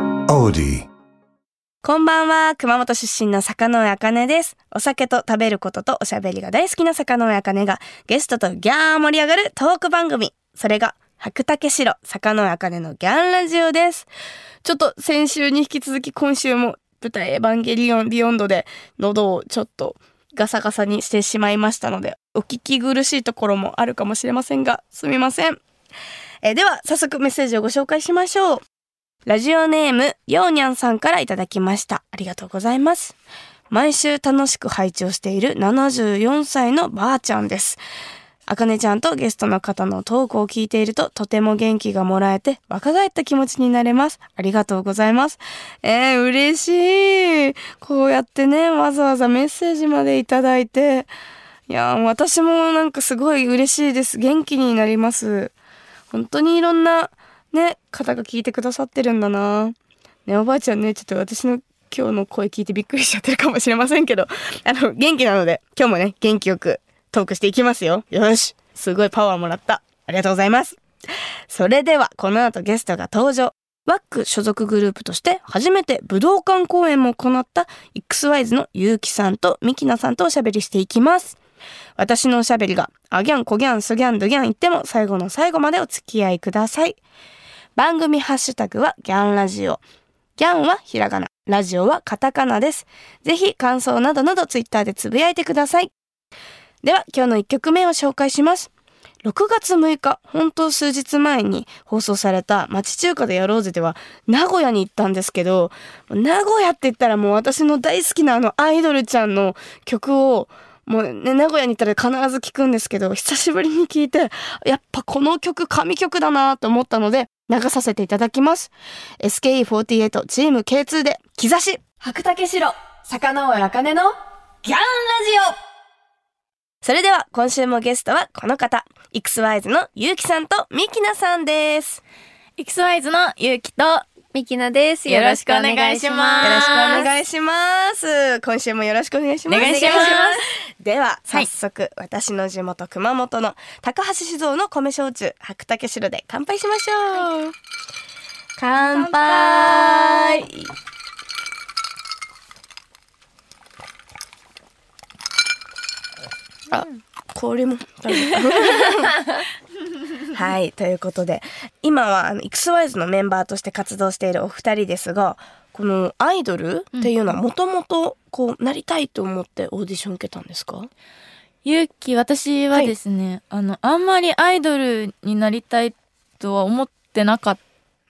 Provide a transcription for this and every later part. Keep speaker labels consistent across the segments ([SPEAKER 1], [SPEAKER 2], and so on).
[SPEAKER 1] Melody.
[SPEAKER 2] こんばんは、熊本出身の坂上茜です。お酒と食べることとおしゃべりが大好きな坂上茜が、ゲストとギャー盛り上がるトーク番組。それが、白竹城坂上茜のギャンラジオです。ちょっと先週に引き続き今週も舞台エヴァンゲリオンビヨンドで喉をちょっとガサガサにしてしまいましたので、お聞き苦しいところもあるかもしれませんが、すみません。えーでは、早速メッセージをご紹介しましょう。ラジオネーム、ようにゃんさんからいただきました。ありがとうございます。毎週楽しく配置をしている74歳のばあちゃんです。あかねちゃんとゲストの方のトークを聞いているととても元気がもらえて若返った気持ちになれます。ありがとうございます。えー、嬉しい。こうやってね、わざわざメッセージまでいただいて。いやー、私もなんかすごい嬉しいです。元気になります。本当にいろんなね方が聞いてくださってるんだなねおばあちゃんねちょっと私の今日の声聞いてびっくりしちゃってるかもしれませんけど あの元気なので今日もね元気よくトークしていきますよよしすごいパワーもらったありがとうございますそれではこの後ゲストが登場ワック所属グループとして初めて武道館公演も行った XYZ のゆうきさんとみきなさんとおしゃべりしていきます私のおしゃべりが、あギャン、こギャン、すギャン、どギャン言っても最後の最後までお付き合いください。番組ハッシュタグはギャンラジオ。ギャンはひらがな、ラジオはカタカナです。ぜひ感想などなどツイッターでつぶやいてください。では今日の1曲目を紹介します。6月6日、本当数日前に放送された町中華でやろうぜでは名古屋に行ったんですけど、名古屋って言ったらもう私の大好きなあのアイドルちゃんの曲をもうね、名古屋に行ったら必ず聴くんですけど、久しぶりに聴いて、やっぱこの曲、神曲だなと思ったので、流させていただきます。SKE48 チーム K2 で、兆し白竹城、坂上茜のギャンラジオそれでは、今週もゲストはこの方、XYZ のゆうきさんとみきなさんです。
[SPEAKER 3] イクスワイズのゆうきとみきなですよろしくお願いしま
[SPEAKER 2] よ
[SPEAKER 3] す
[SPEAKER 2] ろしくお願いします。今週もよろしくお願いします。
[SPEAKER 3] お願いします
[SPEAKER 2] では、
[SPEAKER 3] は
[SPEAKER 2] 早
[SPEAKER 3] い
[SPEAKER 2] 速、私の地元熊本の高橋酒造の米焼酎白竹城で乾杯しましょう。乾杯。あ、氷 も。はい、ということで、今はあの XYZ のメンバーとして活動しているお二人ですが、このアイドルっていうのはもともとこうなりたいと思ってオーディション受けたんですか？
[SPEAKER 3] ゆうき私はですね、あのあんまりアイドルになりたいとは思ってなかっ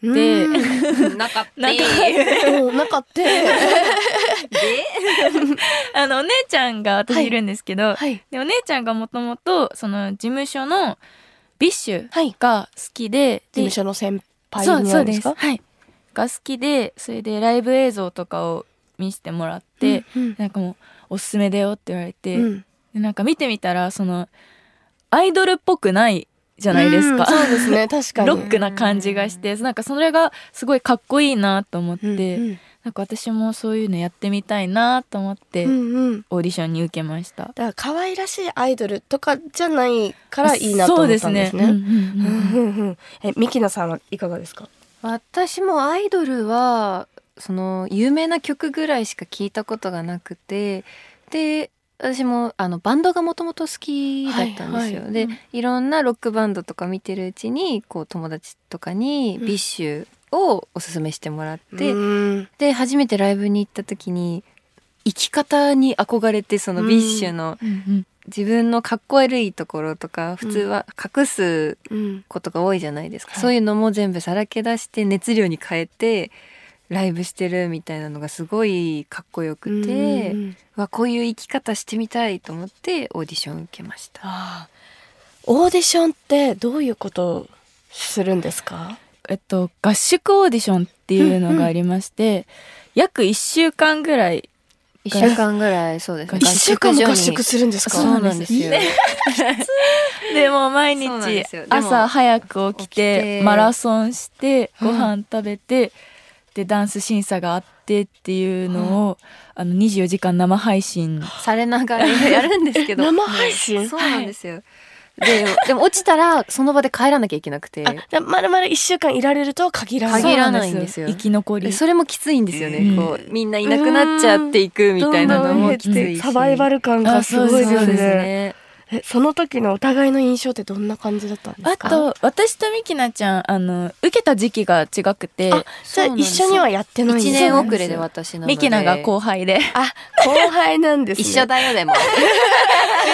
[SPEAKER 2] で、
[SPEAKER 3] うん
[SPEAKER 4] なかった。
[SPEAKER 3] なんか
[SPEAKER 2] おなか った。
[SPEAKER 3] たあのお姉ちゃんが
[SPEAKER 2] は
[SPEAKER 3] 私
[SPEAKER 2] い
[SPEAKER 3] いるんですけど、
[SPEAKER 2] はい
[SPEAKER 3] でお姉ちゃんがもともとその事務所のビッシュ
[SPEAKER 2] はい。事
[SPEAKER 3] が好きでで
[SPEAKER 2] 務所の先輩にな
[SPEAKER 3] そ
[SPEAKER 2] る
[SPEAKER 3] うん
[SPEAKER 2] で
[SPEAKER 3] です
[SPEAKER 2] か？
[SPEAKER 3] すはいが好きでそれでライブ映像とかを見せてもらって、
[SPEAKER 2] うん
[SPEAKER 3] なんかもうおすすめだよって言われて、
[SPEAKER 2] うん
[SPEAKER 3] でなんか見てみたらそのアイドルっぽくないじゃないですか
[SPEAKER 2] うん、 そうですね、確かに。
[SPEAKER 3] ロックな感じがしてなんかそれがすごいかっこいいなと思って、
[SPEAKER 2] うんうん
[SPEAKER 3] なんか私もそういうのやってみたいなと思って、
[SPEAKER 2] うんうん。
[SPEAKER 3] オーディションに受けました
[SPEAKER 2] だから可愛らしいアイドルとかじゃないからいいなと思ったんです
[SPEAKER 3] そう
[SPEAKER 2] ね。
[SPEAKER 3] ですねうん
[SPEAKER 2] う
[SPEAKER 3] うんうん
[SPEAKER 2] んうんうんえ、ミキナさんはいかがですか？
[SPEAKER 4] 私もアイドルはその有名な曲ぐらいしか聞いたことがなくてで私もあのバンドがもともと好きだったんですよ。
[SPEAKER 2] はい
[SPEAKER 4] で、
[SPEAKER 3] うん
[SPEAKER 4] いろんなロックバンドとか見てるうちにこう友達とかに
[SPEAKER 2] うん
[SPEAKER 4] ビッシュをおすすめしてもらって、
[SPEAKER 2] うん
[SPEAKER 4] で初めてライブに行った時に生き方に憧れてそのビッシュの
[SPEAKER 3] うんうん
[SPEAKER 4] 自分のかっこ悪いところとか普通は隠す
[SPEAKER 2] うん
[SPEAKER 4] ことが多いじゃないですか、
[SPEAKER 3] はい
[SPEAKER 4] そういうのも全部さらけ出して熱量に変えてライブしてるみたいなのがすごいかっこよくて、う
[SPEAKER 2] うんうん
[SPEAKER 4] わこういう生き方してみたいと思ってオーディション受けました
[SPEAKER 2] ああオーディションってどういうことをするんですか？
[SPEAKER 3] えっと合宿オーディションっていうのがありまして、約1週間ぐらい
[SPEAKER 4] 一週間ぐらいそうですね
[SPEAKER 3] 合
[SPEAKER 2] 一週間も合
[SPEAKER 4] 所
[SPEAKER 2] 宿するんですか？
[SPEAKER 4] そうなんですよ
[SPEAKER 3] ねでもう毎日
[SPEAKER 4] そうなんですよでも
[SPEAKER 3] 朝早く起きて
[SPEAKER 4] 起きて
[SPEAKER 3] マラソンして
[SPEAKER 2] うん
[SPEAKER 3] ご飯食べて、でダンス審査があってっていうのを、あの24時間生配信
[SPEAKER 4] されながらやるんですけど
[SPEAKER 2] 生配信
[SPEAKER 4] そうなんですよ、ででも落ちたらその場で帰らなきゃいけなくて
[SPEAKER 2] あじゃあまるまる1週間いられるとは限らない
[SPEAKER 4] 限らないんですよ
[SPEAKER 3] そうな生き残り
[SPEAKER 4] でそれもきついんですよね、
[SPEAKER 3] うん
[SPEAKER 4] こうみんないなくなっちゃっていくみたいなのもきついし
[SPEAKER 2] サバイバ
[SPEAKER 4] ル
[SPEAKER 2] ル感がすごいです
[SPEAKER 4] そ
[SPEAKER 2] ね
[SPEAKER 4] う
[SPEAKER 2] そ
[SPEAKER 4] ですね
[SPEAKER 2] えその時のお互いの印象ってどんな感じだったんです
[SPEAKER 3] あ
[SPEAKER 2] か
[SPEAKER 3] と私とミキナちゃんあの受けた時期が違くて
[SPEAKER 2] あじゃあ一緒にはやってないん
[SPEAKER 4] 1
[SPEAKER 2] です
[SPEAKER 4] 年
[SPEAKER 2] ね
[SPEAKER 4] 遅れで私なので
[SPEAKER 3] ミキナが後輩でミ
[SPEAKER 2] あ後輩なんです、
[SPEAKER 4] 一
[SPEAKER 2] ね、
[SPEAKER 4] 緒だよでも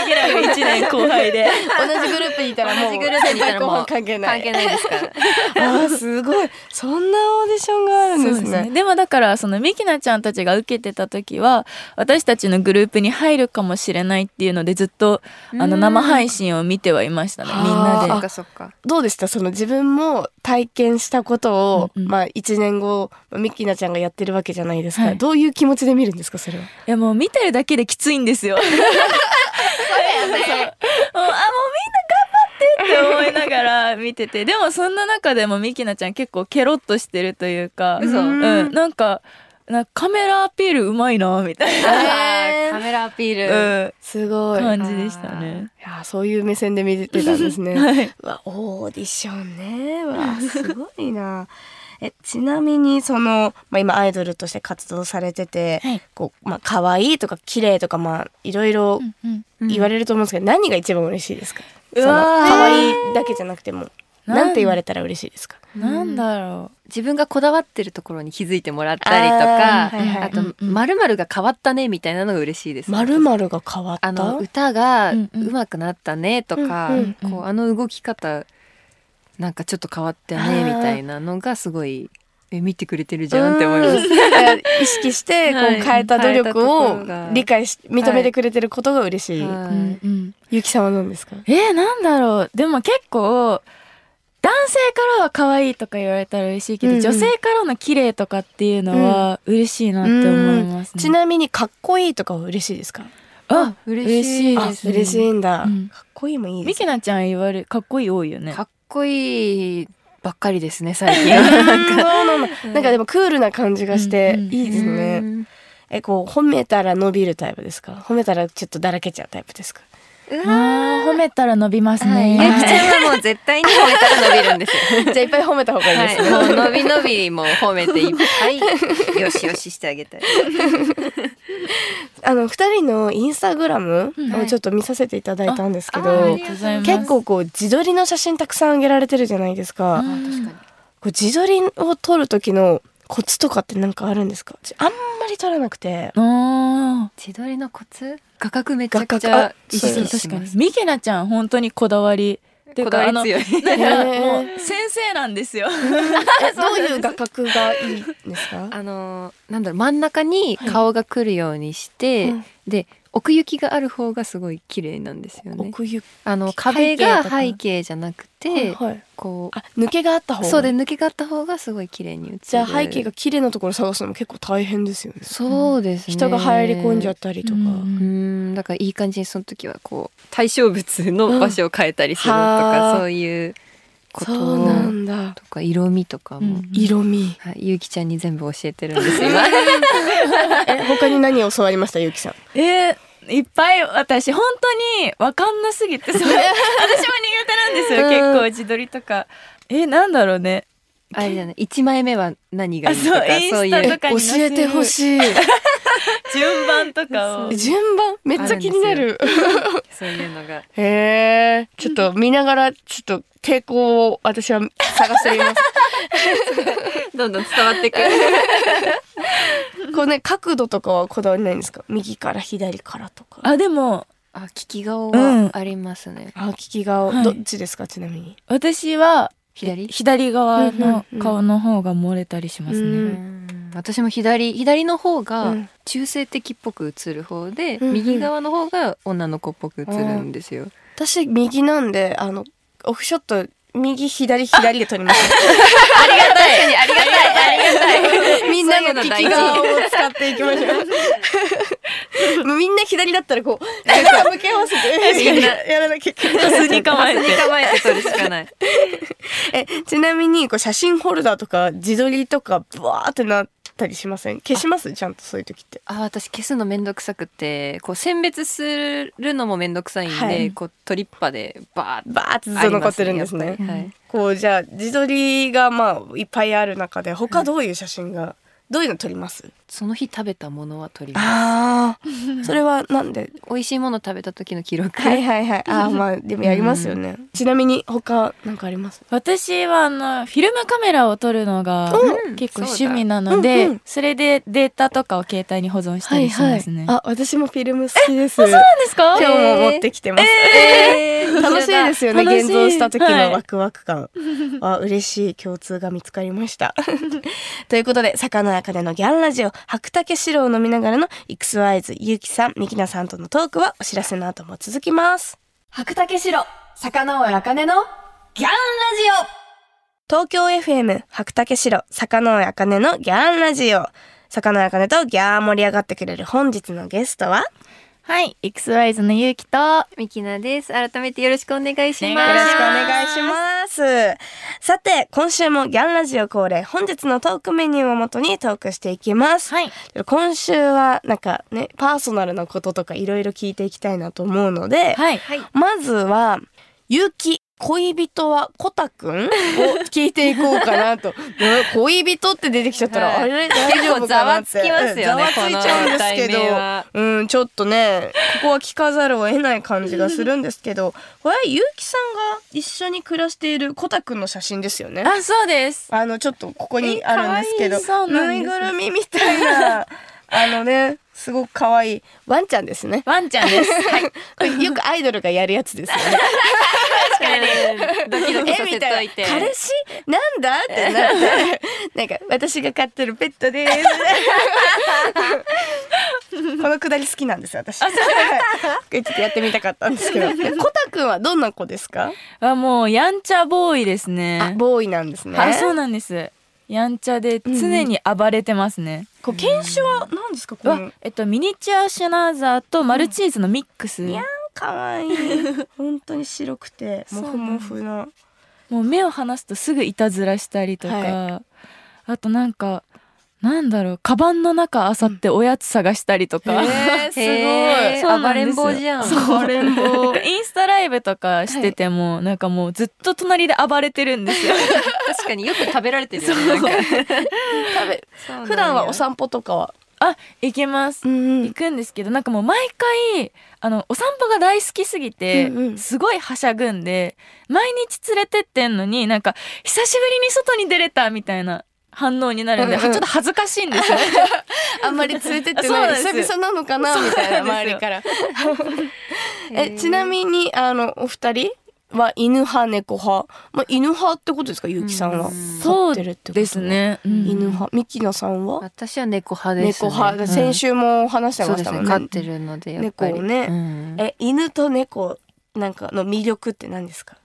[SPEAKER 3] キナが1年後輩 で
[SPEAKER 2] 同じグループにいたらもう
[SPEAKER 4] 同じグループにいたらもう
[SPEAKER 2] 後輩関係な
[SPEAKER 4] 関
[SPEAKER 2] い
[SPEAKER 4] 係ないですから
[SPEAKER 2] あーすごいそんなオーディションがあるんですね
[SPEAKER 3] でもだからそのミキナちゃんたちが受けてた時は私たちのグループに入るかもしれないっていうのでずっとあの生配信を見てはいましたね
[SPEAKER 2] う
[SPEAKER 3] み
[SPEAKER 2] ん
[SPEAKER 3] んな
[SPEAKER 4] そっ
[SPEAKER 3] で。
[SPEAKER 4] かそっか
[SPEAKER 2] どうでしたその自分も体験したことを、
[SPEAKER 3] うんうん
[SPEAKER 2] まあ1年後ミキナちゃんがやってるわけじゃないですか、
[SPEAKER 3] はい
[SPEAKER 2] どういう気持ちで見るんですかそれは、
[SPEAKER 3] いやもう見てるだけできついんですよ。もうあもうみんな頑張ってって思いながら見ててでもそんな中でもミキナちゃん結構ケロッとしてるというか、
[SPEAKER 4] 嘘
[SPEAKER 3] うんなんかなんかカメラアピールうまいなみたい
[SPEAKER 4] あーカメラアピール、
[SPEAKER 3] な、うん
[SPEAKER 2] すごい,、い、
[SPEAKER 3] 感じでしたね。
[SPEAKER 2] やーそういう目線で見てたんですね、
[SPEAKER 3] はい、
[SPEAKER 2] うわオーディションねうわすごいな えちなみにその、まあ、今アイドルとして活動されてて、
[SPEAKER 3] はい
[SPEAKER 2] こうまあ可愛いとか綺麗とかまあいろいろ言われると思うんですけど、何が一番嬉しいですか
[SPEAKER 3] う
[SPEAKER 2] その
[SPEAKER 3] わー
[SPEAKER 2] 可愛いだけじゃなくても
[SPEAKER 3] なん
[SPEAKER 2] なんて言われたら嬉しいですか
[SPEAKER 3] なんだろ
[SPEAKER 4] 自分がこだわってるところに気づいてもらったりとか
[SPEAKER 2] あ
[SPEAKER 4] あ,、
[SPEAKER 2] ーはいはい
[SPEAKER 4] と
[SPEAKER 3] うん
[SPEAKER 4] 「
[SPEAKER 3] うん
[SPEAKER 4] まるまるが変わったね」みたいなのが嬉しいです。
[SPEAKER 2] まるまるが変わった。
[SPEAKER 4] あの歌が
[SPEAKER 3] うん
[SPEAKER 4] 上
[SPEAKER 3] うん
[SPEAKER 4] 手くなったねとか、
[SPEAKER 2] うんうん
[SPEAKER 3] うん
[SPEAKER 4] こうあの動き方なんかちょっと変わったね
[SPEAKER 2] あー
[SPEAKER 4] みたいなのがすごいえ見てくれてるじゃんって思います。
[SPEAKER 2] うん。なんか意識してこ
[SPEAKER 4] は
[SPEAKER 2] う
[SPEAKER 4] い
[SPEAKER 2] 変えた努力
[SPEAKER 4] 変えたところ
[SPEAKER 2] を
[SPEAKER 4] が
[SPEAKER 2] 理解し認めてくれてることが嬉しい。
[SPEAKER 3] う。
[SPEAKER 4] は
[SPEAKER 3] う
[SPEAKER 4] い
[SPEAKER 3] んうん
[SPEAKER 2] ゆきさんは何ですか。
[SPEAKER 3] えー、なんだろうでも結構男性からは可愛いとか言われたら嬉しいけど、
[SPEAKER 2] うんうん
[SPEAKER 3] 女性からの綺麗とかっていうのは嬉しいなって思いますね。
[SPEAKER 2] ちなみにかっこいいとかは嬉しいですか。
[SPEAKER 3] あ
[SPEAKER 4] 嬉しい
[SPEAKER 2] あ
[SPEAKER 4] で
[SPEAKER 3] 嬉
[SPEAKER 4] す、ね。
[SPEAKER 2] 嬉しいんだ
[SPEAKER 3] うん。
[SPEAKER 2] かっこいいもいいで
[SPEAKER 3] ミ
[SPEAKER 2] すね。
[SPEAKER 3] キナちゃん言われかっこいい多いよね。
[SPEAKER 4] かっこいいばっかりですね最 近。
[SPEAKER 2] うんそうなんだなんかでもクールな感じがして
[SPEAKER 3] うんうん
[SPEAKER 2] いいですね。えこう褒めたら伸びるタイプですか。褒めたらちょっとだらけちゃうタイプですか。
[SPEAKER 4] うんうわ
[SPEAKER 3] あー褒めたら伸びます
[SPEAKER 4] ーはい、
[SPEAKER 3] ね。
[SPEAKER 4] ゆきちゃんはもう絶対に褒めたら伸びるんです よ。
[SPEAKER 2] じゃ あいっぱい褒めた方がいいですね。
[SPEAKER 4] はい、もう伸び伸びも褒めていっぱい よしよししてあげたい。
[SPEAKER 2] あの二人のインスタグラム
[SPEAKER 3] うん
[SPEAKER 2] をちょっと見させていただいたんですけど、
[SPEAKER 4] あ
[SPEAKER 3] あ
[SPEAKER 4] は
[SPEAKER 3] り
[SPEAKER 4] い
[SPEAKER 3] がとうございます
[SPEAKER 2] 結構こう自撮りの写真たくさんあげられてるじゃないですか。
[SPEAKER 3] う
[SPEAKER 2] こ
[SPEAKER 3] ん
[SPEAKER 2] う自撮りを撮る時のコツとかってなんかあるんですか。ちあんまり撮らなくて。
[SPEAKER 3] あ
[SPEAKER 4] 自撮りのコツ画角めちゃくち
[SPEAKER 2] 画角あ
[SPEAKER 4] ゃ意
[SPEAKER 3] ー
[SPEAKER 2] そう
[SPEAKER 4] 識
[SPEAKER 3] 確
[SPEAKER 4] し
[SPEAKER 3] か
[SPEAKER 4] ま
[SPEAKER 3] に
[SPEAKER 4] す。
[SPEAKER 3] ミキナちゃん本当にこだわりっていう
[SPEAKER 4] こ
[SPEAKER 3] か
[SPEAKER 4] だわり強い。
[SPEAKER 3] あのなんか
[SPEAKER 2] へ
[SPEAKER 3] も
[SPEAKER 2] ー
[SPEAKER 3] う先生なんですよ。
[SPEAKER 2] えどういう画角がいいんですか。
[SPEAKER 4] あのーなんだろう真ん中に顔が来るようにして、
[SPEAKER 2] うん
[SPEAKER 4] で奥行きがある方がすごい綺麗なんですよね。
[SPEAKER 2] 奥行き。
[SPEAKER 4] あの壁
[SPEAKER 3] 背景
[SPEAKER 4] が
[SPEAKER 3] とか
[SPEAKER 4] 背景じゃなくて、
[SPEAKER 2] はい。
[SPEAKER 4] こ
[SPEAKER 2] あ抜けがあった方
[SPEAKER 4] う
[SPEAKER 2] が。
[SPEAKER 4] そうで抜けがあった方がすごい綺麗に映る。
[SPEAKER 2] じゃあ背景が綺麗なところ探すのも結構大変ですよね。
[SPEAKER 4] そうですね。
[SPEAKER 2] 人が入り込んじゃっ
[SPEAKER 4] う。
[SPEAKER 2] たりとか。
[SPEAKER 3] うん
[SPEAKER 4] んだからいい感じにその時はこう対象物の場所を変えたりすると
[SPEAKER 2] うんは
[SPEAKER 4] か、
[SPEAKER 2] あ
[SPEAKER 4] そういうこ
[SPEAKER 2] そ
[SPEAKER 4] と
[SPEAKER 2] うなんだ。
[SPEAKER 4] とか色味とかも、
[SPEAKER 3] うん
[SPEAKER 2] 色 味。
[SPEAKER 4] はい、ゆうきちゃんに全部教えてるんです今
[SPEAKER 2] え他に何を教わりましたゆうきさん。
[SPEAKER 3] えー、いっぱい私本当に分かんなすぎてそれ私も苦手なんです
[SPEAKER 2] う
[SPEAKER 3] よ
[SPEAKER 2] ん
[SPEAKER 3] 結構自撮りとかえー、なんだろうね
[SPEAKER 4] あれじゃない1枚目は何がいいとか
[SPEAKER 3] あそう
[SPEAKER 4] そう
[SPEAKER 3] インス
[SPEAKER 4] い
[SPEAKER 3] タ
[SPEAKER 4] う
[SPEAKER 3] とかに載
[SPEAKER 2] 教
[SPEAKER 3] せる
[SPEAKER 2] えてほしい。
[SPEAKER 3] 順番とかを
[SPEAKER 4] そう
[SPEAKER 2] 順番めっちゃ気になる。
[SPEAKER 4] そういうのが
[SPEAKER 2] へえ。ちょっと見ながらちょっと抵抗を私は探してみます。
[SPEAKER 4] どんどん伝わってくる
[SPEAKER 2] こうね角度とかはこだわりないんですか。右から左からとか。
[SPEAKER 3] あでも
[SPEAKER 4] あ聞き顔
[SPEAKER 3] うん
[SPEAKER 4] はありますね、
[SPEAKER 2] あ聞き顔、
[SPEAKER 3] はい
[SPEAKER 2] どっちですかちなみに。
[SPEAKER 3] 私は
[SPEAKER 4] 左
[SPEAKER 3] 左
[SPEAKER 2] う
[SPEAKER 3] 側の
[SPEAKER 2] んうんうん
[SPEAKER 3] 顔の方が漏れたりしますね、
[SPEAKER 2] う
[SPEAKER 4] うんん私も左左の方
[SPEAKER 2] う
[SPEAKER 4] が
[SPEAKER 2] ん
[SPEAKER 4] 中性的っぽく映る方で、
[SPEAKER 2] うんうん
[SPEAKER 4] 右側の方が女の子っぽく映るんですよ、
[SPEAKER 2] 私右なんであのオフショット右左左で撮りました。
[SPEAKER 4] ありがたいありがたいありがた い
[SPEAKER 2] みんなの聞き
[SPEAKER 4] そういうの大事
[SPEAKER 2] 顔を使っていきましょ う。もうみんな左だったらこう背中向け合わせてやらなきゃいけない。
[SPEAKER 3] 普通に構え
[SPEAKER 4] 普通に
[SPEAKER 3] て
[SPEAKER 4] 構えて撮るしかない
[SPEAKER 2] えちなみにこう写真ホルダーとか自撮りとかブワーってなったりしません消しますちゃんとそういう時って。
[SPEAKER 4] あ私消すのめんどくさくてこう選別するのもめんどくさいんで、
[SPEAKER 2] はい
[SPEAKER 4] こうトリッパでバーッ
[SPEAKER 2] バーってずっと残ってるんですね。
[SPEAKER 4] ありまやっぱりはい
[SPEAKER 2] こうじゃあ自撮りがまあいっぱいある中で他どういう写真が、どういうの撮ります
[SPEAKER 4] その日食べたものは取ります
[SPEAKER 2] ああそれはなんで
[SPEAKER 4] 美味しいもの食べた時の記録、
[SPEAKER 2] はいはいはいああまあでもやりますよね、ちなみに他なんかあります
[SPEAKER 3] 私はあのフィルムカメラを撮るのが
[SPEAKER 4] うん
[SPEAKER 3] 結構趣味な
[SPEAKER 2] そ
[SPEAKER 3] ので、
[SPEAKER 2] うだうんうん
[SPEAKER 3] それでデータとかを携帯に保存したりしますね。
[SPEAKER 2] あ私もフィルム好きです今
[SPEAKER 3] そうですか
[SPEAKER 2] 日も持ってきてます、
[SPEAKER 4] えー
[SPEAKER 2] 楽しいですよね
[SPEAKER 3] 楽しい
[SPEAKER 2] 現像した時
[SPEAKER 3] はい
[SPEAKER 2] のワクワク感は嬉しい共通が見つかりました ということで坂の茜のギャンラジオ白竹白を飲みながらのイクスワイズゆうきさんみきなさんとのトークはお知らせの後も続きます白竹白坂の茜のギャンラジオ東京 FM 白竹城坂上茜のギャンラジオ坂上茜とギャー盛り上がってくれる本日のゲストは
[SPEAKER 3] はい、XYZ のゆうきと
[SPEAKER 4] みきなです改めてよろしくお願いします
[SPEAKER 2] よ
[SPEAKER 3] よ
[SPEAKER 2] ろ
[SPEAKER 3] ろ
[SPEAKER 2] し
[SPEAKER 3] し
[SPEAKER 2] く
[SPEAKER 3] く
[SPEAKER 2] お
[SPEAKER 3] お
[SPEAKER 2] 願
[SPEAKER 3] 願
[SPEAKER 2] い
[SPEAKER 3] い
[SPEAKER 2] し
[SPEAKER 3] し
[SPEAKER 2] ます。さて、今週もギャンラジオ恒例、本日のトークメニューをもとにトークしていきます。
[SPEAKER 3] はい
[SPEAKER 2] 今週は、なんかね、パーソナルなこととかいろいろ聞いていきたいなと思うので、
[SPEAKER 3] はい
[SPEAKER 4] はい
[SPEAKER 2] まずは、ゆき、恋人はコタくんを聞いていこうかなと。 ね恋人って出てきちゃったら、
[SPEAKER 4] はい
[SPEAKER 2] あれ大丈夫かなって。
[SPEAKER 4] 結構ざわつきますよ
[SPEAKER 2] う
[SPEAKER 4] ね
[SPEAKER 2] んざわついちゃうんですけ
[SPEAKER 4] この題名
[SPEAKER 2] ど。
[SPEAKER 4] は
[SPEAKER 2] うん、ちょっとね、ここは聞かざるを得ない感じがするんですけど、これはゆうきさんが一緒に暮らしているコタくんの写真ですよね。
[SPEAKER 3] あ、そうです。
[SPEAKER 2] あの、ちょっとここにあるんですけど、
[SPEAKER 3] え可愛いそうなん
[SPEAKER 2] ぬ
[SPEAKER 3] です
[SPEAKER 2] いぐるみみたいな、あのね、すごく可愛いワンちゃんです ね。
[SPEAKER 3] ワンちゃんです。はい。
[SPEAKER 2] これよくアイドルがやるやつですよね。
[SPEAKER 4] 確かに ドキドキさせといて
[SPEAKER 2] 彼氏 なんだってなって、なんか私が飼ってるペット です。このくだり好きなんですよ私。 はいちょっとやってみたかったんですけど。でコタくんはどんな子ですか？
[SPEAKER 3] あ、もうやんちゃボーイです
[SPEAKER 2] あ
[SPEAKER 3] ね。
[SPEAKER 2] ボーイなんですね。
[SPEAKER 3] あ、そうなんです。やんちゃで常に暴れてますね。
[SPEAKER 2] こう犬種は何ですかこ
[SPEAKER 3] う
[SPEAKER 2] の
[SPEAKER 3] わ？、えっとミニチュアシュナーザーとマルチーズのミックス。
[SPEAKER 2] にゃん可 愛い。本当に白くてモフモフの。
[SPEAKER 3] もう目を離すとすぐいたずらしたりとか、
[SPEAKER 2] は
[SPEAKER 3] あとなんかなんだろうカバンの中あさっておやつ探したりとか、
[SPEAKER 2] えー すごい
[SPEAKER 4] へ
[SPEAKER 3] そうな
[SPEAKER 4] 暴
[SPEAKER 3] んで
[SPEAKER 4] れん
[SPEAKER 3] すよ
[SPEAKER 4] 坊じゃん
[SPEAKER 3] そう暴れん坊インスタライブとかしてても、なんかもうずっと隣で暴れてるんですよ
[SPEAKER 4] 確かによく食べられてるよねなんか
[SPEAKER 2] 食べ
[SPEAKER 4] そうなんや
[SPEAKER 2] 普段はお散歩とかは。
[SPEAKER 3] あ行けます、
[SPEAKER 2] ん
[SPEAKER 3] 行くんですけどなんかもう毎回あのお散歩が大好きすぎて、
[SPEAKER 2] うんうん
[SPEAKER 3] すごいはしゃぐんで毎日連れてってんのになんか久しぶりに外に出れたみたいな反応になるんで、
[SPEAKER 2] うんうん
[SPEAKER 3] ちょっと恥ずかしいんです よね
[SPEAKER 2] あんまり連れてって
[SPEAKER 3] そう
[SPEAKER 2] な
[SPEAKER 3] ないんです
[SPEAKER 2] 久々なのかなみたいな
[SPEAKER 3] そうなん
[SPEAKER 2] 周
[SPEAKER 3] です
[SPEAKER 2] り
[SPEAKER 3] よ
[SPEAKER 2] から。えちなみにあのお二人は犬派猫派、まあ、犬派ってことですかゆうきさんは
[SPEAKER 4] うん
[SPEAKER 2] 飼ってるってことは
[SPEAKER 3] ですね、うん
[SPEAKER 2] 犬派みきなさんは
[SPEAKER 4] 私は猫派です、
[SPEAKER 2] 猫
[SPEAKER 4] ね、
[SPEAKER 2] 派、
[SPEAKER 4] うん
[SPEAKER 2] 先週も話して
[SPEAKER 4] そう
[SPEAKER 2] ま
[SPEAKER 4] で
[SPEAKER 2] した
[SPEAKER 4] す
[SPEAKER 2] も
[SPEAKER 4] ね
[SPEAKER 2] んね
[SPEAKER 4] 飼ってるのでやっぱり
[SPEAKER 2] 猫をね
[SPEAKER 4] うん
[SPEAKER 2] え犬と猫なんかの魅力って何ですか、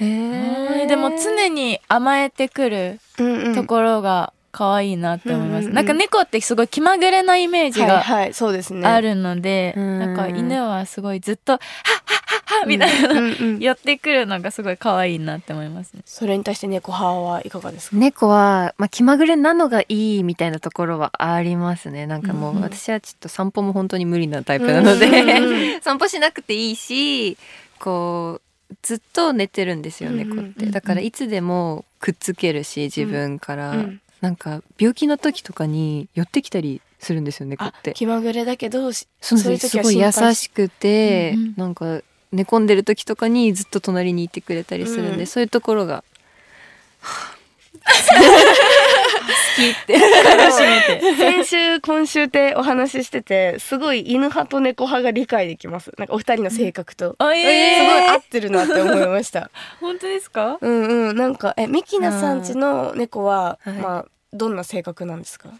[SPEAKER 4] え
[SPEAKER 3] はいでも常に甘えてくる
[SPEAKER 2] うんう
[SPEAKER 3] ところが可愛いなって思います、
[SPEAKER 2] うんうん
[SPEAKER 3] なんか猫ってすごい気まぐれなイメージ
[SPEAKER 2] はい
[SPEAKER 3] が
[SPEAKER 2] はいそうですね
[SPEAKER 3] あるので、
[SPEAKER 4] うん
[SPEAKER 3] なんか犬はすごいずっと「はっはっはっは」みたいな、
[SPEAKER 2] うんうん
[SPEAKER 3] 寄ってくるのがすごい可愛いなって思いますね。
[SPEAKER 2] それに対して猫派はいかがですか
[SPEAKER 4] 猫は、まあ、気まぐれなのがいいみたいなところはありますねなんかも
[SPEAKER 3] うんう
[SPEAKER 4] うん私はちょっと散歩も本当に無理なタイプなので、
[SPEAKER 2] うんうん
[SPEAKER 4] 散歩しなくていいしこうずっと寝てるんですよ
[SPEAKER 2] うんうん
[SPEAKER 4] 猫っ
[SPEAKER 2] うん
[SPEAKER 4] てだからいつでもくっつけるし自分から、
[SPEAKER 2] うん
[SPEAKER 4] なんか病気の時とかに寄ってきたりするんですよ猫っ
[SPEAKER 2] あ
[SPEAKER 4] て
[SPEAKER 2] 気まぐれだけどし
[SPEAKER 4] そうなんで
[SPEAKER 2] そ
[SPEAKER 4] す
[SPEAKER 2] う
[SPEAKER 4] す
[SPEAKER 2] いう
[SPEAKER 4] ごい
[SPEAKER 2] 時は
[SPEAKER 4] 優
[SPEAKER 2] 心配し
[SPEAKER 4] しくて、
[SPEAKER 3] うんうん
[SPEAKER 4] なんか寝込んでる時とかにずっと隣にいてくれたりするんで、
[SPEAKER 2] うん
[SPEAKER 4] そういうところが
[SPEAKER 3] 初めて
[SPEAKER 2] 先週今週ってお話ししててすごい犬派と猫派が理解できますなんかお二人の性格と、
[SPEAKER 3] あ
[SPEAKER 2] すごい
[SPEAKER 3] えー
[SPEAKER 2] 合ってるなって思いました。
[SPEAKER 3] 本当ですか
[SPEAKER 2] うんうん、なんか、え、ミキナさんちの猫は、
[SPEAKER 4] うんはい
[SPEAKER 2] まあ、どんな性格なんですか。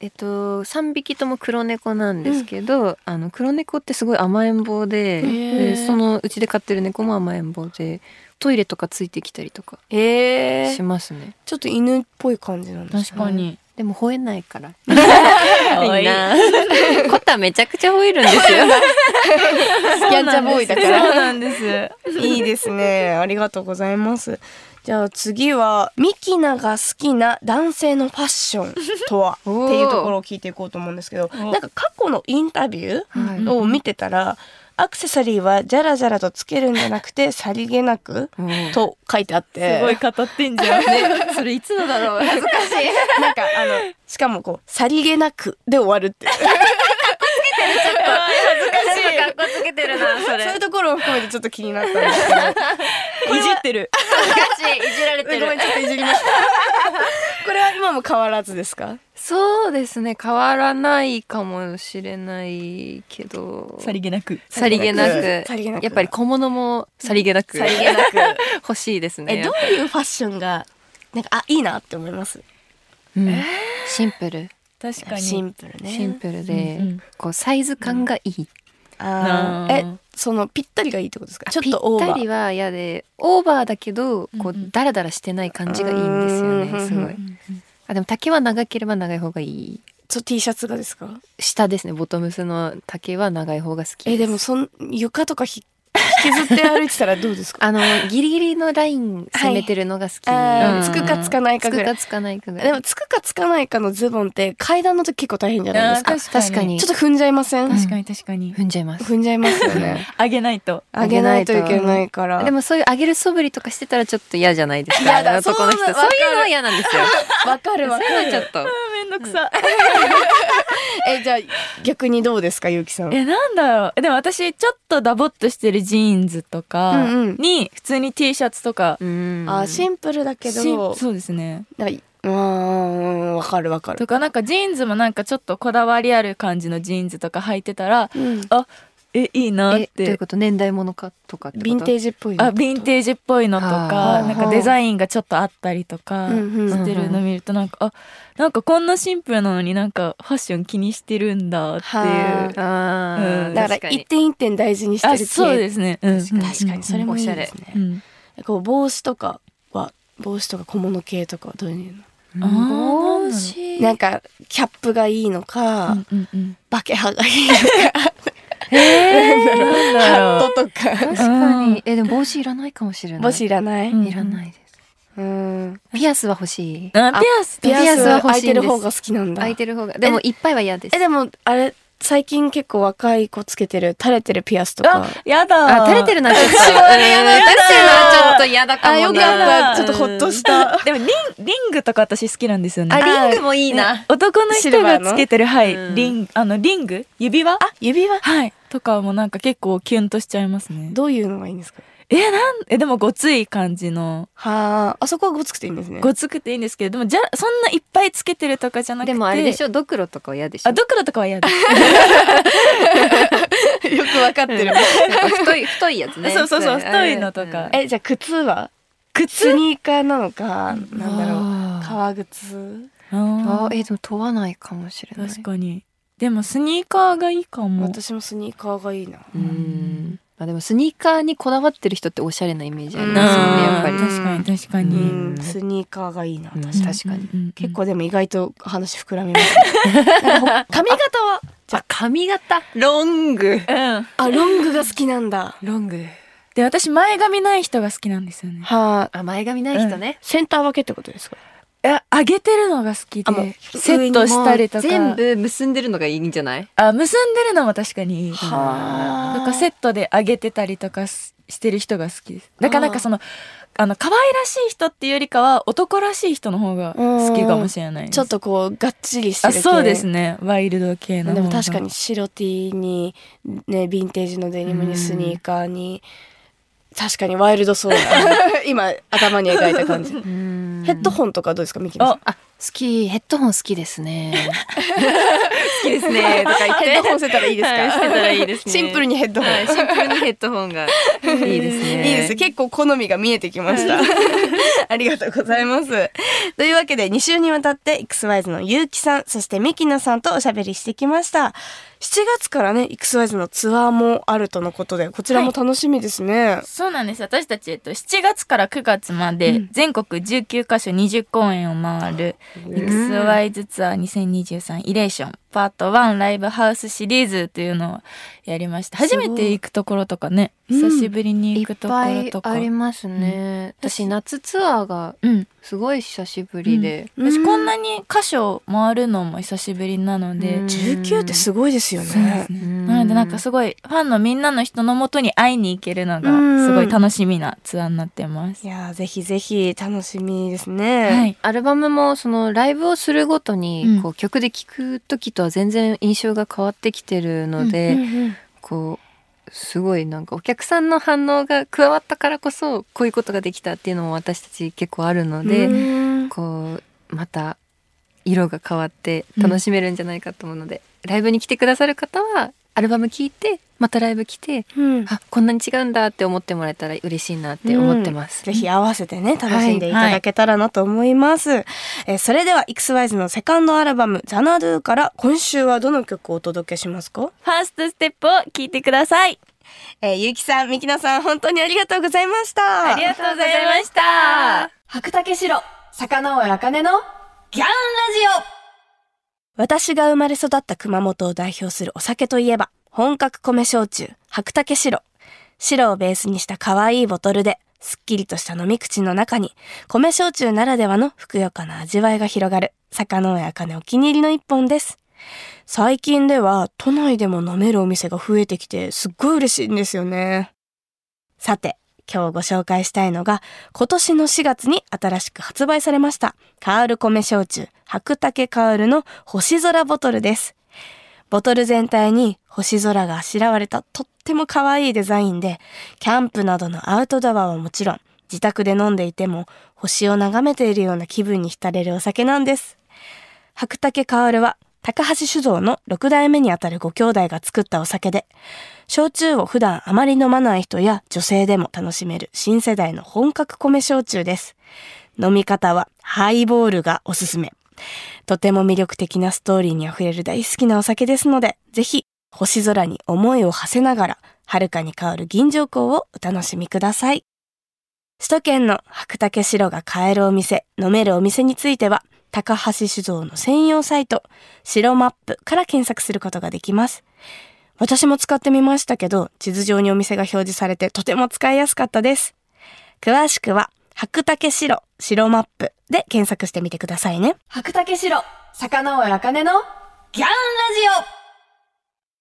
[SPEAKER 4] えっと、3匹とも黒猫なんですけど、あの黒猫ってすごい甘えん坊で
[SPEAKER 2] へ
[SPEAKER 4] で
[SPEAKER 2] ー
[SPEAKER 4] そのうちで飼ってる猫も甘えん坊でトイレとかついてきたりとか
[SPEAKER 2] え
[SPEAKER 4] しますね、
[SPEAKER 2] ちょっと犬っぽい感じなん です
[SPEAKER 3] 確
[SPEAKER 2] か、
[SPEAKER 3] かに
[SPEAKER 4] でも吠えないから
[SPEAKER 3] 可
[SPEAKER 4] みん
[SPEAKER 3] 愛い
[SPEAKER 4] なコタめちゃくちゃ吠えるん ですよ
[SPEAKER 2] にやんちゃボーイだから
[SPEAKER 3] そうなんです
[SPEAKER 2] いいですね。ありがとうございます。じゃあ次は、ミキナが好きな男性のファッションと はって
[SPEAKER 4] おー
[SPEAKER 2] いうところを聞いていこうと思うんですけど、
[SPEAKER 3] お
[SPEAKER 2] なんか過去のインタビュ
[SPEAKER 4] はい
[SPEAKER 2] ーを見てたら、アクセサリーはジャラジャラとつけるんじゃなく て、さりげなく
[SPEAKER 4] うん
[SPEAKER 2] と書いてあって、
[SPEAKER 3] 語ってんじゃん。
[SPEAKER 4] それいつのだろう恥ずかしい
[SPEAKER 2] なんかあの、しかもこう、さりげなくで終わるっていう。
[SPEAKER 4] 恥ずかしい格好つけてるな そ
[SPEAKER 2] そういうところを含めてちょっと気になったんですけど。
[SPEAKER 3] いじってる。
[SPEAKER 4] 恥ずかしいいじられ
[SPEAKER 2] ごめんちょっといじりました。 これは今も変わらずですか？
[SPEAKER 4] そうですね変わらないかもしれないけど
[SPEAKER 3] さりげなく。
[SPEAKER 4] さりげなく
[SPEAKER 2] さりげなく
[SPEAKER 4] やっぱり小物もさりげな く
[SPEAKER 2] さりげなく。
[SPEAKER 4] 欲しいですね
[SPEAKER 2] えどういうファッションがなんかあいいなって思います。
[SPEAKER 4] うんシンプル
[SPEAKER 3] 確か
[SPEAKER 2] シ
[SPEAKER 3] に。
[SPEAKER 2] ンプル
[SPEAKER 4] シン
[SPEAKER 2] ね。
[SPEAKER 4] プルで、
[SPEAKER 3] うんうん
[SPEAKER 4] こうサイズ感がいい、
[SPEAKER 2] あ
[SPEAKER 3] な
[SPEAKER 2] ー
[SPEAKER 3] あ
[SPEAKER 2] えそのぴったりがいいってことですか？ちょっとオー
[SPEAKER 4] ぴっ
[SPEAKER 2] バ
[SPEAKER 4] たり
[SPEAKER 2] ー。
[SPEAKER 4] は嫌でオーバーだけど
[SPEAKER 3] うんう
[SPEAKER 4] こうんダラダラしてない感じがいいんですよね
[SPEAKER 2] うん
[SPEAKER 4] す
[SPEAKER 2] うん
[SPEAKER 4] ご
[SPEAKER 2] うんう
[SPEAKER 4] いあでも丈は長ければ長い方がいい
[SPEAKER 2] そう T シャツがですか？
[SPEAKER 4] 下ですねボトムスの丈は長い方が好き
[SPEAKER 2] えでもそん床とかひ引きずって歩いてたらどうですか？
[SPEAKER 4] あのギリギリのライン攻めてるのが好き、
[SPEAKER 2] あー
[SPEAKER 3] うん
[SPEAKER 2] つくかつかないか
[SPEAKER 4] つ
[SPEAKER 2] ぐ
[SPEAKER 4] く
[SPEAKER 2] ら
[SPEAKER 4] か
[SPEAKER 2] い。
[SPEAKER 4] つかないかぐらい
[SPEAKER 2] でもつくかつかないかのズボンって階段の時結構大変じゃないですか？
[SPEAKER 3] あ
[SPEAKER 4] 確かに
[SPEAKER 2] ちょっと踏んじゃいません？
[SPEAKER 3] 確かに確かに。
[SPEAKER 4] 踏んじゃいます
[SPEAKER 2] 踏んじゃいますよ ね。
[SPEAKER 3] あげないと。
[SPEAKER 2] あげないといけないから。
[SPEAKER 4] でもそういう上げる素振りとかしてたらちょっと嫌じゃないですか
[SPEAKER 2] 嫌だ
[SPEAKER 4] 男の人
[SPEAKER 2] そ
[SPEAKER 4] そうう
[SPEAKER 2] なの
[SPEAKER 4] いうのは嫌なんですよ
[SPEAKER 2] わかる
[SPEAKER 4] そういうのはちょっと
[SPEAKER 3] めんどくさ。
[SPEAKER 2] え、じゃあ逆にどうですか、ゆうきさん。
[SPEAKER 3] え、なんだろう。えでも私、ちょっとダボっとしてるジーンズとか
[SPEAKER 2] うんうん
[SPEAKER 3] に、普通に T シャツとか。
[SPEAKER 4] うん
[SPEAKER 2] あ、シンプルだけど、
[SPEAKER 3] し
[SPEAKER 2] なんか
[SPEAKER 3] そうですね。
[SPEAKER 2] うーん、わかるわかる。
[SPEAKER 3] とか、なんかジーンズもなんかちょっとこだわりある感じのジーンズとか履いてたら、
[SPEAKER 2] うん
[SPEAKER 3] え、いいなっ
[SPEAKER 4] え
[SPEAKER 3] て。
[SPEAKER 4] どういうこと年代物かとかって
[SPEAKER 2] ヴ
[SPEAKER 4] こと
[SPEAKER 2] ィンテージっぽい
[SPEAKER 3] あ、ヴィン
[SPEAKER 2] ージ。
[SPEAKER 3] テージっぽいのと
[SPEAKER 4] は
[SPEAKER 3] か
[SPEAKER 4] あ、
[SPEAKER 3] なんかデザインがちょっとあったりとか
[SPEAKER 2] うんうん
[SPEAKER 3] してるの見るとなんか、あ、なんかこんなシンプルなのになんかファッション気にしてるんだって
[SPEAKER 2] はあ
[SPEAKER 3] いう。
[SPEAKER 4] あー
[SPEAKER 3] うん
[SPEAKER 2] だから
[SPEAKER 4] 確
[SPEAKER 2] 一点一点大事にしてる
[SPEAKER 3] あ、
[SPEAKER 2] 系。
[SPEAKER 3] そうですね。うん
[SPEAKER 4] 確かに
[SPEAKER 2] 確かに、それもいいです
[SPEAKER 3] う
[SPEAKER 2] ね。
[SPEAKER 3] ん
[SPEAKER 2] こう帽子とかは、帽子とか小物系とかはどういう
[SPEAKER 3] あー
[SPEAKER 4] 帽
[SPEAKER 2] の？
[SPEAKER 4] 子
[SPEAKER 2] なんかキャップがいいのか、
[SPEAKER 3] うんうんうん。
[SPEAKER 2] バケハがいいのか、
[SPEAKER 3] なんだ
[SPEAKER 2] ハッ
[SPEAKER 3] ろ
[SPEAKER 2] トとか。
[SPEAKER 4] 確かにえでも帽子いらないかもしれない
[SPEAKER 2] 帽子いらない。
[SPEAKER 3] う。
[SPEAKER 4] いら
[SPEAKER 3] い。
[SPEAKER 4] ないです
[SPEAKER 2] うん。
[SPEAKER 4] ピアスは欲しい
[SPEAKER 3] あ、ピアス。
[SPEAKER 2] ピ
[SPEAKER 4] ピ
[SPEAKER 2] ア
[SPEAKER 4] ア
[SPEAKER 2] ス
[SPEAKER 4] スは
[SPEAKER 2] は
[SPEAKER 4] 欲
[SPEAKER 2] 開い
[SPEAKER 4] しい
[SPEAKER 2] て
[SPEAKER 4] んです
[SPEAKER 2] る方が好きなんだ。
[SPEAKER 4] 空いてる方がでもいっぱいは嫌です
[SPEAKER 2] えでもあれ最近結構若い子つけてる垂れてるピアスとか
[SPEAKER 3] あ、やだ。
[SPEAKER 4] あ垂れてるのはちょっと垂れてるのはちょっと嫌だか
[SPEAKER 2] あ
[SPEAKER 4] も
[SPEAKER 2] よ
[SPEAKER 4] な
[SPEAKER 2] か
[SPEAKER 3] な
[SPEAKER 2] ったちょっとほっとした
[SPEAKER 3] でもリン、リングとか私好きなんですよね。
[SPEAKER 4] あリングもいいな
[SPEAKER 3] 男の
[SPEAKER 2] シル
[SPEAKER 3] 人
[SPEAKER 2] バー
[SPEAKER 3] が
[SPEAKER 2] の
[SPEAKER 3] つけてる、はい、
[SPEAKER 4] うん
[SPEAKER 3] リン、あの、リング指輪
[SPEAKER 2] あ指輪
[SPEAKER 3] はい。とかもなんか結構キュンとしちゃいますね。
[SPEAKER 2] どういうのがいいんですか
[SPEAKER 3] え、なん、え、でもごつい感じの。
[SPEAKER 2] はああそこはごつくていいんです ね
[SPEAKER 3] ごつくていいんですけど、でもじゃ、そんないっぱいつけてるとかじゃなくて。
[SPEAKER 4] でもあれでし
[SPEAKER 3] ょ。
[SPEAKER 4] ょドクロとかは嫌でしょ
[SPEAKER 3] あ、ドクロとかは嫌です。
[SPEAKER 2] よくわかってる
[SPEAKER 4] やっぱ太い太いやつね
[SPEAKER 3] そうそうそう
[SPEAKER 4] れ
[SPEAKER 3] 太いのとか
[SPEAKER 4] うん
[SPEAKER 2] えじゃあ靴はス
[SPEAKER 3] 靴
[SPEAKER 2] ニーカーなのかなんだろう
[SPEAKER 4] あ
[SPEAKER 2] 革靴
[SPEAKER 4] ー
[SPEAKER 3] あ
[SPEAKER 4] あーえでも問わないかもしれない
[SPEAKER 3] 確かに。でもスニーカーがいいかも。
[SPEAKER 2] 私もスニーカーがいいな
[SPEAKER 4] うんあでもスニーカーにこだわってる人っておしゃれなイメージあり
[SPEAKER 3] うん
[SPEAKER 4] ますよねやっぱ
[SPEAKER 2] う
[SPEAKER 4] り
[SPEAKER 2] ん
[SPEAKER 3] 確かに確か
[SPEAKER 2] う
[SPEAKER 3] に。
[SPEAKER 2] ん
[SPEAKER 4] うん
[SPEAKER 2] スニーカーがいいな
[SPEAKER 4] うん
[SPEAKER 2] 私
[SPEAKER 4] 確かに
[SPEAKER 3] に
[SPEAKER 2] 結構でも意外と話膨らみますねなんかほ髪型は
[SPEAKER 4] あ髪型ロング
[SPEAKER 3] うん。
[SPEAKER 2] あロングが好きなんだ
[SPEAKER 4] ロング
[SPEAKER 3] で、私前髪ない人が好きなんですよね。
[SPEAKER 2] はあ
[SPEAKER 4] あ前髪ない人ね、
[SPEAKER 2] センター分けってことですか
[SPEAKER 3] え、上げてるのが好き
[SPEAKER 2] あもう
[SPEAKER 3] で、セットしたりとか。
[SPEAKER 4] 全。部結んでるのがいいんじゃない
[SPEAKER 3] あ、結んでるのも確かにいい。
[SPEAKER 2] はあ
[SPEAKER 3] なんかセットで上げてたりとかししてる人が好きです。だからなんかその、あの、可愛らしい人っていうよりかは、男らしい人の方が好きかもしれないです
[SPEAKER 2] ちょっとこうがっちりして
[SPEAKER 3] あ、
[SPEAKER 2] る系
[SPEAKER 3] そうですね。ワイルド系の方
[SPEAKER 2] で
[SPEAKER 3] が。
[SPEAKER 2] も確かに。白 T にねヴィンテージのデニムにスニーカーに確かにワイルドそうな今頭に描いた感じヘ
[SPEAKER 4] ヘ
[SPEAKER 2] ッドホンとかどうですかミキナさん
[SPEAKER 3] あ
[SPEAKER 4] あ好きヘッドホン好きですね好きです
[SPEAKER 2] ヘ
[SPEAKER 4] ね とか言って
[SPEAKER 2] ッドホンしてたらいいですか、
[SPEAKER 4] はいしてたらいいですね
[SPEAKER 2] シンプルにヘッドホン、
[SPEAKER 4] はいシンプルなヘッドホンが いいです
[SPEAKER 2] いい
[SPEAKER 4] ね
[SPEAKER 2] です結構好みが見えてきました ありがとうございますというわけで2週にわたって XYZ のゆうきさんそしてミキナさんとおしゃべりしてきました7月からね XYZ のツアーもあるとのことでこちらも楽しみですね、
[SPEAKER 3] そうなんです。私たち、えっと、7月から9月まで、全国19カ所20公演を回る、
[SPEAKER 2] うん
[SPEAKER 3] XYZ ツアー2023イレーションパート1ライブハウスシリーズというのをやりました
[SPEAKER 4] す
[SPEAKER 3] 初
[SPEAKER 4] ごい
[SPEAKER 3] めて行くところとかね
[SPEAKER 2] うん
[SPEAKER 3] 久しぶりに
[SPEAKER 4] い
[SPEAKER 3] 行く
[SPEAKER 4] っ
[SPEAKER 3] とこ
[SPEAKER 4] ぱ
[SPEAKER 3] ろ
[SPEAKER 4] い
[SPEAKER 3] とか、
[SPEAKER 4] ありますね、私夏ツアーが
[SPEAKER 3] うん
[SPEAKER 4] すごい久しぶりで、
[SPEAKER 2] う
[SPEAKER 3] 私
[SPEAKER 2] ん
[SPEAKER 3] こんなに箇所回るのも久しぶりなので、
[SPEAKER 4] うん
[SPEAKER 2] 19ってすごいですよ
[SPEAKER 3] そうで
[SPEAKER 2] ね
[SPEAKER 3] す。ね
[SPEAKER 4] うん
[SPEAKER 3] なのでなんかすごいファンのみんなの人のもとに会いに行けるのが
[SPEAKER 2] うん
[SPEAKER 3] すごい楽しみなツアーになってます
[SPEAKER 2] い。やーぜひぜひ楽しみです
[SPEAKER 3] は
[SPEAKER 2] ね。
[SPEAKER 3] い、
[SPEAKER 4] アルバムもそのライブをするごと
[SPEAKER 3] うん
[SPEAKER 4] にこう曲で聴く時とは全然印象が変わってきてるので、
[SPEAKER 2] うん
[SPEAKER 4] こうすごいなんかお客さんの反応が加わったからこそこういうことができたっていうのも私たち結構あるの
[SPEAKER 2] うん
[SPEAKER 4] で、
[SPEAKER 2] うん
[SPEAKER 4] こうまた色が変わって楽しめるんじゃないかと思うので、ライブに来てくださる方はアルバム聴いてまたライブ来て
[SPEAKER 2] うん
[SPEAKER 4] あこんなに違うんだって思ってもらえたら嬉しいなって思ってます。
[SPEAKER 2] ぜひ合わせてね、楽しんでいただけたらなと思います。えーそれでは、XYZ のセカンドアルバム、ザナドゥから、今週はどの曲をお届けしますか
[SPEAKER 3] ファーストステップを聞いてください。
[SPEAKER 2] えー、ゆうきさん、みきなさん、本当にありがとうございました。
[SPEAKER 3] ありがとうございました。
[SPEAKER 2] 白竹城、坂上茜のギャンラジオ私が生まれ育った熊本を代表するお酒といえば、本格米焼酎、白竹白。白をベースにした可愛いボトルで、すっきりとした飲み口の中に、米焼酎ならではのふくよかな味わいが広がる、坂上茜お気に入りの一本です。最近では、都内でも飲めるお店が増えてきて、すっごい嬉しいんですよね。さて、今日ご紹介したいのが、今年の4月に新しく発売されました、カール米焼酎、白竹カールの星空ボトルです。ボトル全体に星空があしらわれたとっても可愛いデザインで、キャンプなどのアウトドアはもちろん、自宅で飲んでいても星を眺めているような気分に浸れるお酒なんです。白竹カールは、高橋酒造の6代目にあたるご兄弟が作ったお酒で、焼酎を普段あまり飲まない人や女性でも楽しめる新世代の本格米焼酎です。飲み方はハイボールがおすすめ。とても魅力的なストーリーにあふれる大好きなお酒ですので、ぜひ星空に思いを馳せながら、遥かに香る銀条香をお楽しみください。首都圏の白竹城が買えるお店、飲めるお店については、高橋酒造の専用サイト、白マップから検索することができます。私も使ってみましたけど、地図上にお店が表示されてとても使いやすかったです。詳しくは、白竹白、白マップで検索してみてくださいね。白竹白、坂上茜のギャンラジオ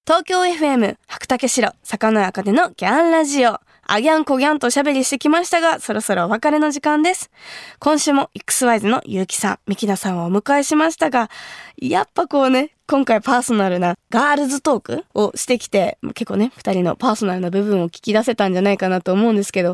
[SPEAKER 2] 東京 FM、白竹白、坂上茜のギャンラジオ。あギャンこギャンとおしゃべりしてきましたが、そろそろお別れの時間です。今週も XYZ のゆうきさん、みきなさんをお迎えしましたが、やっぱこうね、今回パーソナルなガールズトークをしてきて、結構ね、二人のパーソナルな部分を聞き出せたんじゃないかなと思うんですけど、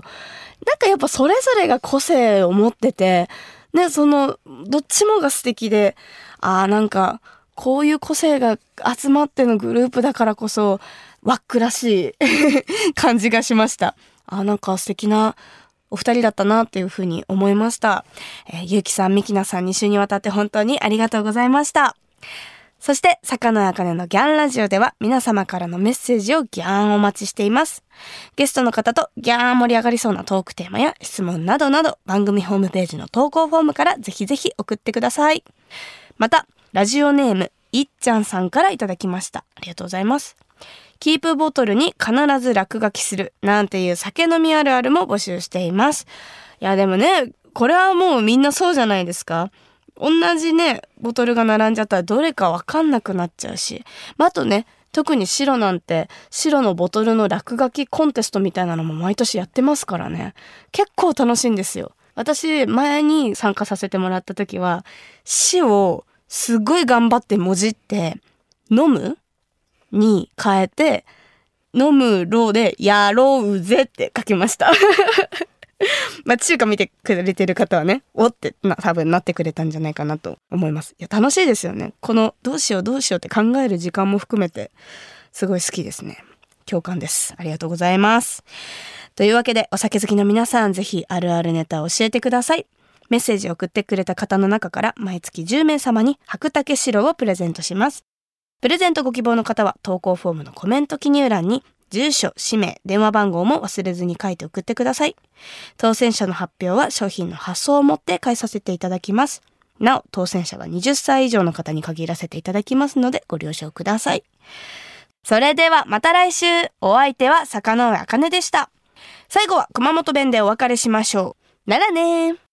[SPEAKER 2] なんかやっぱそれぞれが個性を持ってて、ね、その、どっちもが素敵で、ああ、なんか、こういう個性が集まってのグループだからこそ、ワックらしい 感じがしました。あーなんか素敵なお二人だったなっていうふうに思いました。えーゆうきさん、みきなさん2週にわたって本当にありがとうございました。そして、坂野茜のギャンラジオでは皆様からのメッセージをギャンお待ちしています。ゲストの方とギャン盛り上がりそうなトークテーマや質問などなど番組ホームページの投稿フォームからぜひぜひ送ってください。また、ラジオネーム、いっちゃんさんからいただきました。ありがとうございます。キープボトルに必ず落書きするなんていう酒飲みあるあるも募集しています。いやでもね、これはもうみんなそうじゃないですか。同じね、ボトルが並んじゃったらどれかわかんなくなっちゃうし。まあ、あとね、特に白なんて白のボトルの落書きコンテストみたいなのも毎年やってますからね。結構楽しいんですよ。私前に参加させてもらった時は死をすごい頑張ってもじって飲むに変えて、飲むろうで、やろうぜって書きました。 まあ、中華見てくれてる方はね、おってな、多分なってくれたんじゃないかなと思います。いや、楽しいですよね。この、どうしようどうしようって考える時間も含めて、すごい好きですね。共感です。ありがとうございます。というわけで、お酒好きの皆さん、ぜひあるあるネタを教えてください。メッセージを送ってくれた方の中から、毎月10名様に白竹白をプレゼントします。プレゼントご希望の方は投稿フォームのコメント記入欄に住所、氏名、電話番号も忘れずに書いて送ってください。当選者の発表は商品の発送をもって返させていただきます。なお、当選者は20歳以上の方に限らせていただきますので、ご了承ください。それではまた来週お相手は坂上茜でした。最後は熊本弁でお別れしましょう。ならねー。